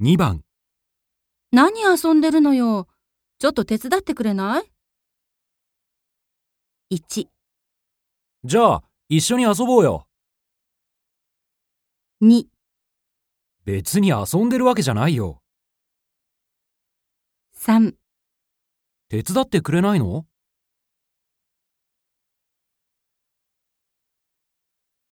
2番、何遊んでるのよ。ちょっと手伝ってくれない ?1、じゃあ一緒に遊ぼうよ。 2、別に遊んでるわけじゃないよ。 3手伝ってくれないの